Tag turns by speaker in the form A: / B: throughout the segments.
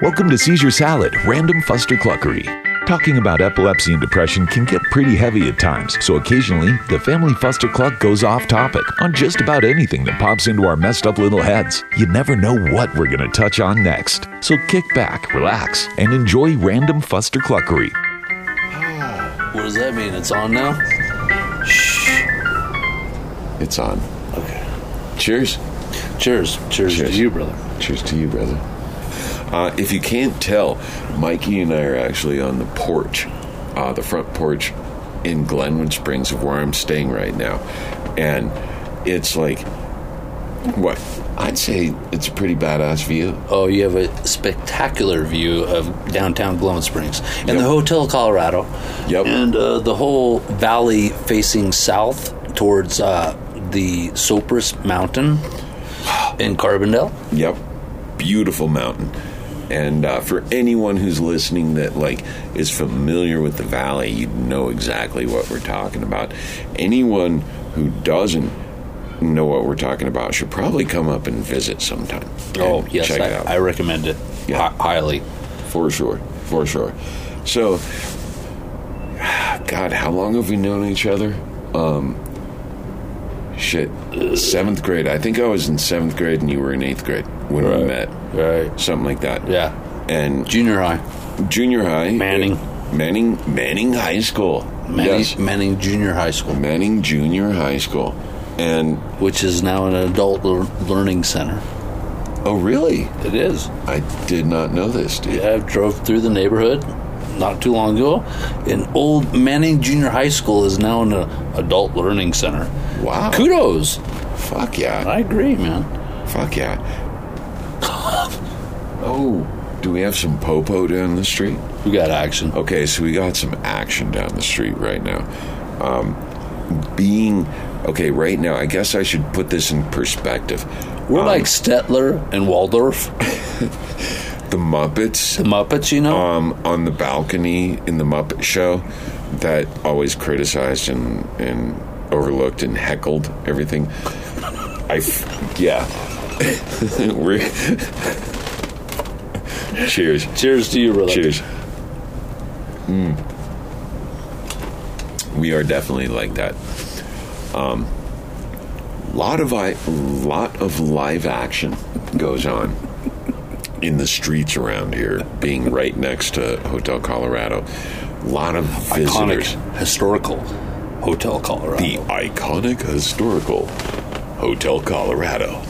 A: Welcome to Seizure Salad Random Fuster Cluckery. Talking about epilepsy and depression can get pretty heavy at times, so occasionally the family fuster cluck goes off topic on just about anything that pops into our messed up little heads. You never know what we're going to touch on next. So kick back, relax, and enjoy Random Fuster Cluckery.
B: What does that mean? It's on now?
C: It's on.
B: Okay.
C: Cheers.
B: Cheers. Cheers,
C: Cheers.
B: to you, brother.
C: Cheers to you, brother. Uh, if you can't tell, Mikey and I are actually on the porch, uh, the front porch in Glenwood Springs, where I'm staying right now. And it's like, what? I'd say it's a pretty badass view.
B: Oh, you have a spectacular view of downtown Glenwood Springs and the Hotel Colorado.
C: Yep.
B: And uh, the whole valley facing south towards uh, the Sopris Mountain in Carbondale.
C: Yep. Beautiful mountain. And uh, for anyone who's listening that like is familiar with the valley, you know exactly what we're talking about. Anyone who doesn't know what we're talking about should probably come up and visit sometime.
B: Oh,
C: And
B: yes.
C: check
B: I,
C: it out
B: I recommend it
C: Yeah.
B: hi- highly.
C: for sure, for sure. So, God, how long have we known each other? Um, shit, seventh grade. I think I was in seventh grade and you were in eighth grade when we
B: Right.
C: met,
B: Right.
C: something like that.
B: Yeah.
C: and
B: Junior high.
C: junior high.
B: Manning.
C: Manning Manning High School.
B: Manning,
C: Yes.
B: Manning Junior High School,
C: Manning Junior High School. And
B: which is now an adult lear- learning center.
C: oh really?
B: It is.
C: I did not know this, dude.
B: I drove through the neighborhood not too long ago, and old Manning Junior High School is now an uh, adult learning center.
C: Wow.
B: Kudos.
C: Fuck yeah.
B: I agree, man.
C: Fuck yeah. oh, do we have some popo down the street?
B: We got action.
C: Okay, so we got some action down the street right now. Um, being okay, right now, I guess I should put this in perspective.
B: We're
C: Um,
B: like Stettler and Waldorf,
C: the Muppets
B: the Muppets, you know.
C: um, on the balcony in the Muppet Show that always criticized and, and overlooked and heckled everything. I, f- yeah. We're cheers,
B: Cheers to you, brother.
C: cheers. Mm. We are definitely like that. Um, lot of I, lot of live action goes on in the streets around here, being right next to Hotel Colorado. A lot of
B: Iconic
C: visitors.
B: historical Hotel Colorado.
C: The iconic historical Hotel Colorado.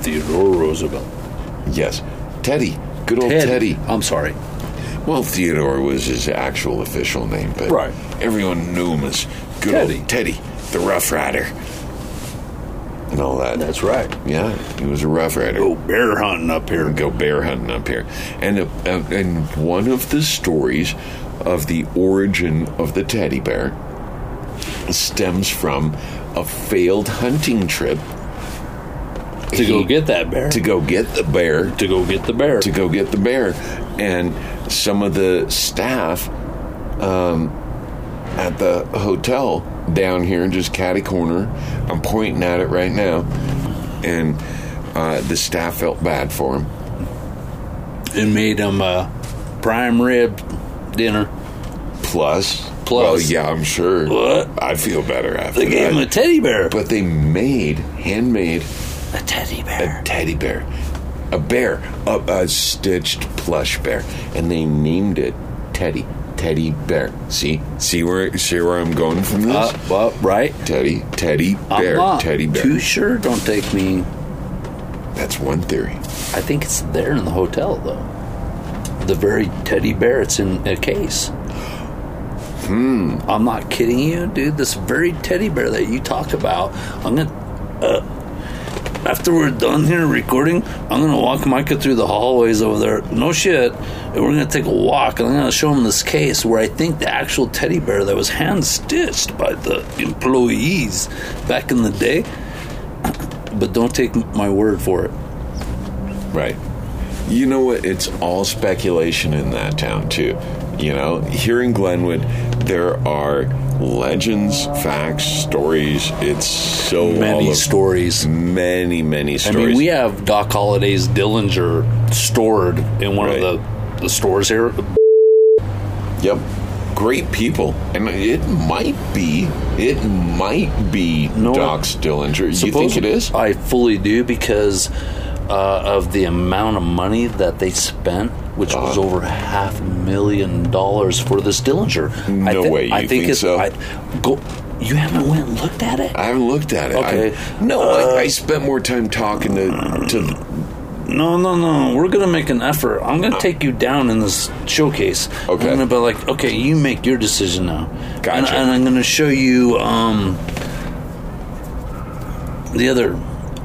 B: Theodore Roosevelt.
C: Yes, Teddy. Good old
B: Ted-
C: Teddy.
B: I'm sorry.
C: Well, Theodore was his actual official name, but
B: Right.
C: everyone knew him as good
B: Teddy.
C: old Teddy, the Rough Rider, and all that.
B: That's right.
C: yeah, he was a Rough Rider.
B: Go bear hunting up here.
C: Go bear hunting up here, and uh, uh, and one of the stories of the origin of the teddy bear stems from a failed hunting trip
B: to go get that bear.
C: to go get the bear
B: to go get the bear.
C: to go get the bear. And some of the staff um, at the hotel down here in just catty corner, I'm pointing at it right now, and uh, the staff felt bad for him.
B: and made him a prime rib dinner.
C: Plus,
B: Plus.
C: well, yeah, I'm sure.
B: What?
C: I feel better after
B: They gave him a
C: that.
B: teddy bear.
C: but they made handmade
B: a teddy
C: a teddy bear, a bear, a, a stitched plush bear, and they named it Teddy. Teddy bear. See, see where see where I'm going from this.
B: Up, up, right?
C: teddy, Teddy Uh, bear,
B: Uh-huh.
C: Teddy bear.
B: Too sure. Don't take me.
C: That's one theory.
B: I think it's there in the hotel though. The very teddy bear. It's in a case. Hmm. I'm not kidding you, dude. This very teddy bear that you talk about. I'm gonna. Uh, after we're done here recording, I'm gonna walk Micah through the hallways over there. No shit. And we're gonna take a walk, and I'm gonna show him this case where I think the actual teddy bear that was hand stitched by the employees back in the day. But don't take my word for it.
C: Right. You know what? It's all speculation in that town, too. You know, here in Glenwood, there are legends, facts, stories. It's so all
B: Many
C: of-
B: stories.
C: many many
B: I
C: stories.
B: mean, we have Doc Holliday's Dillinger stored in one
C: Right.
B: of the, the stores here.
C: Yep. Great people. And it might be, it might be
B: No.
C: Doc Stillinger. You think it is?
B: I fully do because uh, of the amount of money that they spent, which was
C: Uh-huh.
B: over half a million dollars for this Dillinger. I
C: No
B: thi-
C: way.
B: I
C: You
B: think,
C: think
B: it's,
C: so?
B: I, go, you haven't went and looked at it.
C: I haven't looked at it.
B: Okay.
C: I, no, I, I spent more time talking to, to.
B: No, no, no. We're gonna make an effort. I'm gonna take you down in this showcase.
C: Oh. Okay.
B: I'm gonna be like, okay, you make your decision now.
C: Gotcha.
B: And, and I'm gonna show you um the other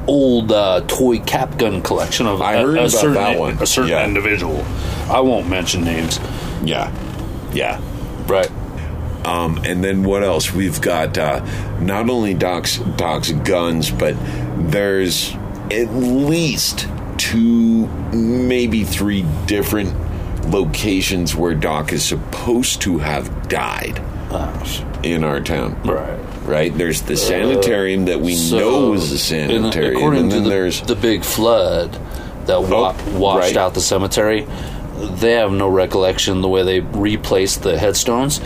B: old uh, toy cap gun collection of
C: I
B: a-
C: heard
B: a,
C: about
B: certain,
C: that one.
B: A certain
C: Yeah.
B: individual. I won't mention names.
C: Yeah. Yeah.
B: Right.
C: Um, and then what else? We've got uh, not only Doc's, Doc's guns, but there's at least two, maybe three different locations where Doc is supposed to have died in our town.
B: Right.
C: Right? There's the sanitarium that we
B: So,
C: know was the
B: and
C: sanitarium.
B: according
C: and
B: to
C: then
B: the,
C: there's.
B: the big flood that wa-
C: Oh,
B: washed
C: right.
B: out the cemetery, they have no recollection the way they replaced the headstones.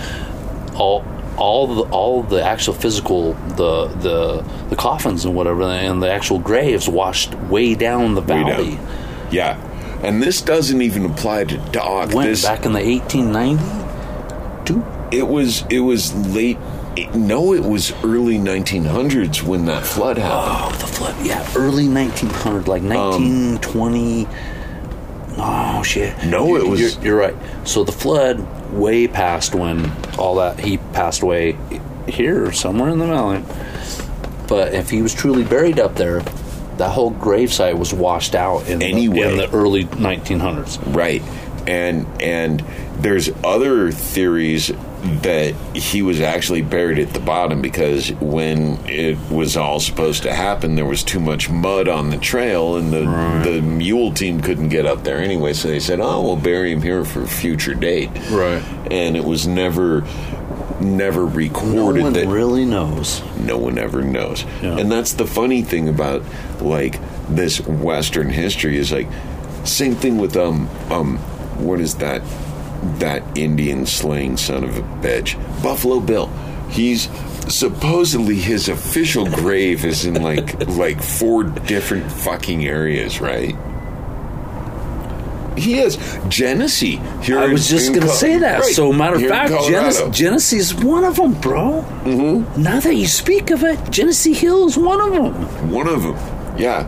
B: All. All the, all the actual physical the the the coffins and whatever and the actual graves washed way down the
C: way down.
B: valley
C: Yeah. And this doesn't even apply to Doc.
B: went
C: this,
B: back in the 1890s
C: It was it was late. No, it was early 1900s when that flood happened.
B: oh the flood yeah early 1900
C: Um,
B: like 1920 oh shit
C: No, it was-
B: you're, you're right so the flood way past when all that he passed away here somewhere in the mountain but if he was truly buried up there that whole gravesite was washed out in,
C: Anyway.
B: the, in the early 1900s
C: Right, and and there's other theories that he was actually buried at the bottom because when it was all supposed to happen, there was too much mud on the trail, and the the mule team couldn't get up there anyway. So they said, "Oh, we'll bury him here for a future date."
B: Right.
C: and it was never never
B: no
C: recorded
B: one
C: that
B: really knows
C: no one ever knows.
B: Yeah.
C: And that's the funny thing about like this Western history is like same thing with um um what is that that Indian slaying son of a bitch Buffalo Bill. He's supposedly his official grave is in like like four different fucking areas, right? He is Genesee. Here
B: I
C: in-
B: was just
C: in
B: gonna
C: Co-
B: say that.
C: right,
B: So, matter of
C: here in
B: fact, Genesee,
C: Colorado.
B: Genesee is one of them, bro. Mm-hmm. Now that you speak of it, Genesee Hill is one of them.
C: one of them. Yeah,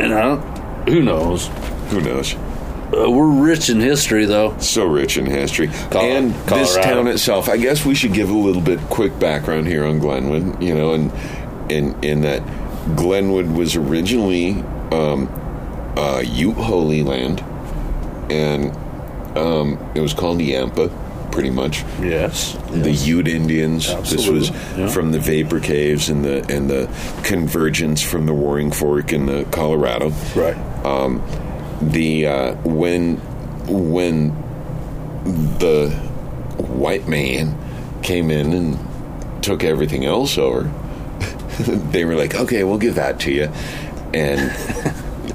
B: And I don't, who knows?
C: who knows?
B: Uh, we're rich in history, though.
C: so rich in history
B: Col-
C: and this
B: Colorado.
C: town itself i guess we should give a little bit quick background here on glenwood you know and in in that glenwood was originally um uh ute holy land and um it was called yampa pretty much
B: Yes.
C: the Ute Indians. This was
B: Absolutely, yeah.
C: from the Vapor Caves and the and the convergence from the Warring Fork in the Colorado.
B: Right.
C: Um, the uh, when when the white man came in and took everything else over, they were like, "Okay, we'll give that to you," and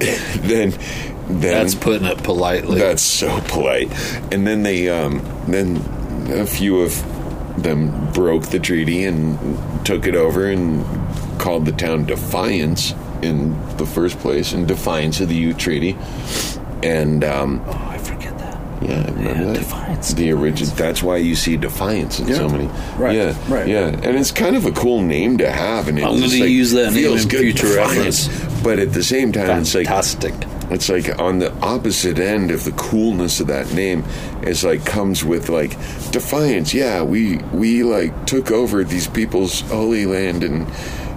C: then then
B: That's putting it politely.
C: that's so polite. And then they, um, then a few of them broke the treaty and took it over and called the town Defiance in the first place, in defiance of the Ute Treaty. And um,
B: oh, I forget that.
C: yeah, I remember
B: Yeah,
C: that.
B: Defiance,
C: The origin. That's why you see Defiance in so
B: Yeah,
C: many.
B: right,
C: Yeah,
B: right.
C: Yeah, and it's kind of a cool name to have. And it's
B: I'm gonna
C: just like,
B: use that name
C: feels
B: in
C: good,
B: future
C: Defiance. But at the same time, it's like
B: Fantastic.
C: it's like on the opposite end of the coolness of that name is like comes with like defiance. Yeah, we we like took over these people's holy land and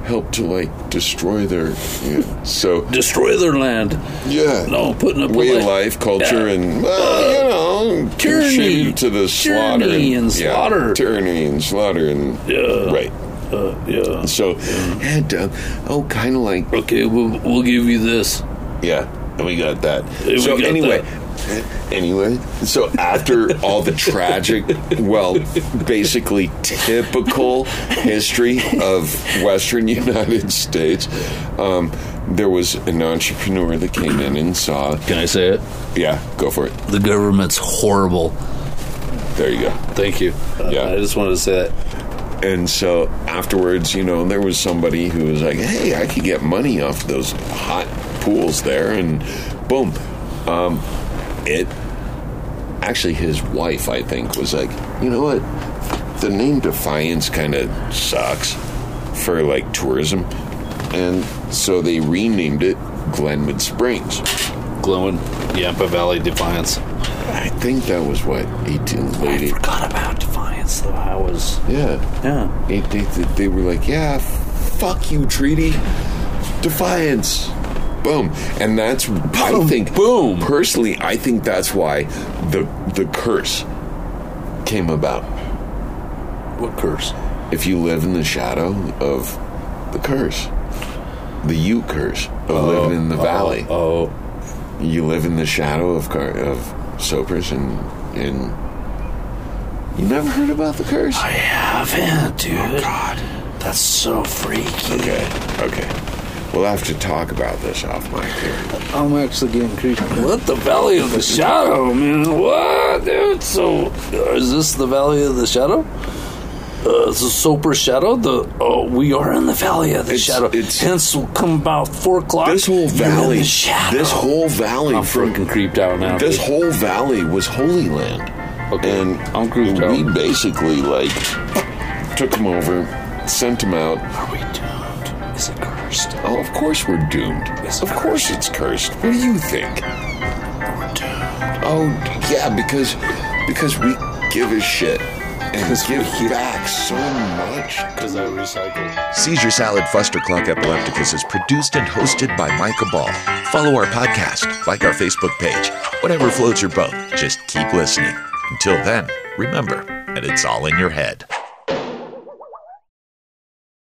C: helped to like destroy their yeah. so
B: Destroy their land.
C: yeah
B: No, putting up
C: way
B: a
C: of life, culture,
B: Yeah.
C: and well, you know
B: tyranny.
C: contributed to the slaughter
B: Tyranny and
C: yeah,
B: slaughter.
C: tyranny and slaughter and
B: Yeah. Mm.
C: right.
B: Uh, yeah.
C: So and uh, oh, kind of like
B: Okay, we'll, we'll give you this.
C: Yeah, and we got that.
B: we
C: so
B: got
C: anyway, Anyway, so after all the tragic, well, basically typical history of Western United States, um, there was an entrepreneur that came in and saw.
B: Can I say it?
C: Yeah, go for it.
B: The government's horrible.
C: There you go.
B: Thank you. Uh,
C: Yeah.
B: I just wanted to say that.
C: And so afterwards, you know, there was somebody who was like, "Hey, I could get money off those hot pools there," and boom, um, it. Actually, his wife, I think, was like, "You know what? The name Defiance kind of sucks for like tourism," and so they renamed it Glenwood Springs.
B: Glowing Yampa Valley Defiance.
C: I think that was what eighteen
B: I
C: eighty.
B: forgot about Defiance, though. I was.
C: Yeah,
B: Yeah.
C: They, they, they were like, yeah, fuck you, treaty. Defiance. Boom. And that's, I
B: Boom,
C: think,
B: boom.
C: Personally, I think that's why the, the curse came about.
B: What curse?
C: If you live in the shadow of the curse, the Ute curse of living in the valley,
B: Oh,
C: you live in the shadow of car, of Sopers and, and you never heard about the curse?
B: I haven't, dude.
C: oh, God.
B: That's so freaky.
C: Okay, okay. We'll have to talk about this off mic here.
B: I'm actually getting creepy. What the Valley of the Shadow, man? What, dude? So, uh, is this the Valley of the Shadow? Uh, it's a super shadow. The oh, we are in the valley of the
C: It's-
B: shadow.
C: it's-
B: Hence, will come about four o'clock.
C: This whole
B: Uh, you're in
C: valley,
B: the shadow.
C: this whole valley,
B: I'm
C: from-
B: freaking creeped out now.
C: This
B: dude.
C: whole valley was Holy Land,
B: Okay,
C: and
B: I'm grooved
C: we
B: out.
C: basically like took them over, sent them out.
B: Are we doomed? Is it cursed?
C: Oh, of course we're doomed.
B: It's
C: of course it's cursed. What do you think?
B: We're doomed.
C: Oh, yeah, because because we give a shit and
B: 'Cause
C: give
B: we-
C: back so much.
B: Because I recycled.
A: Seizure Salad Fuster Clock Epilepticus is produced and hosted by Micah Ball. Follow our podcast, like our Facebook page. Whatever floats your boat, just keep listening. Until then, remember, and it's all in your head.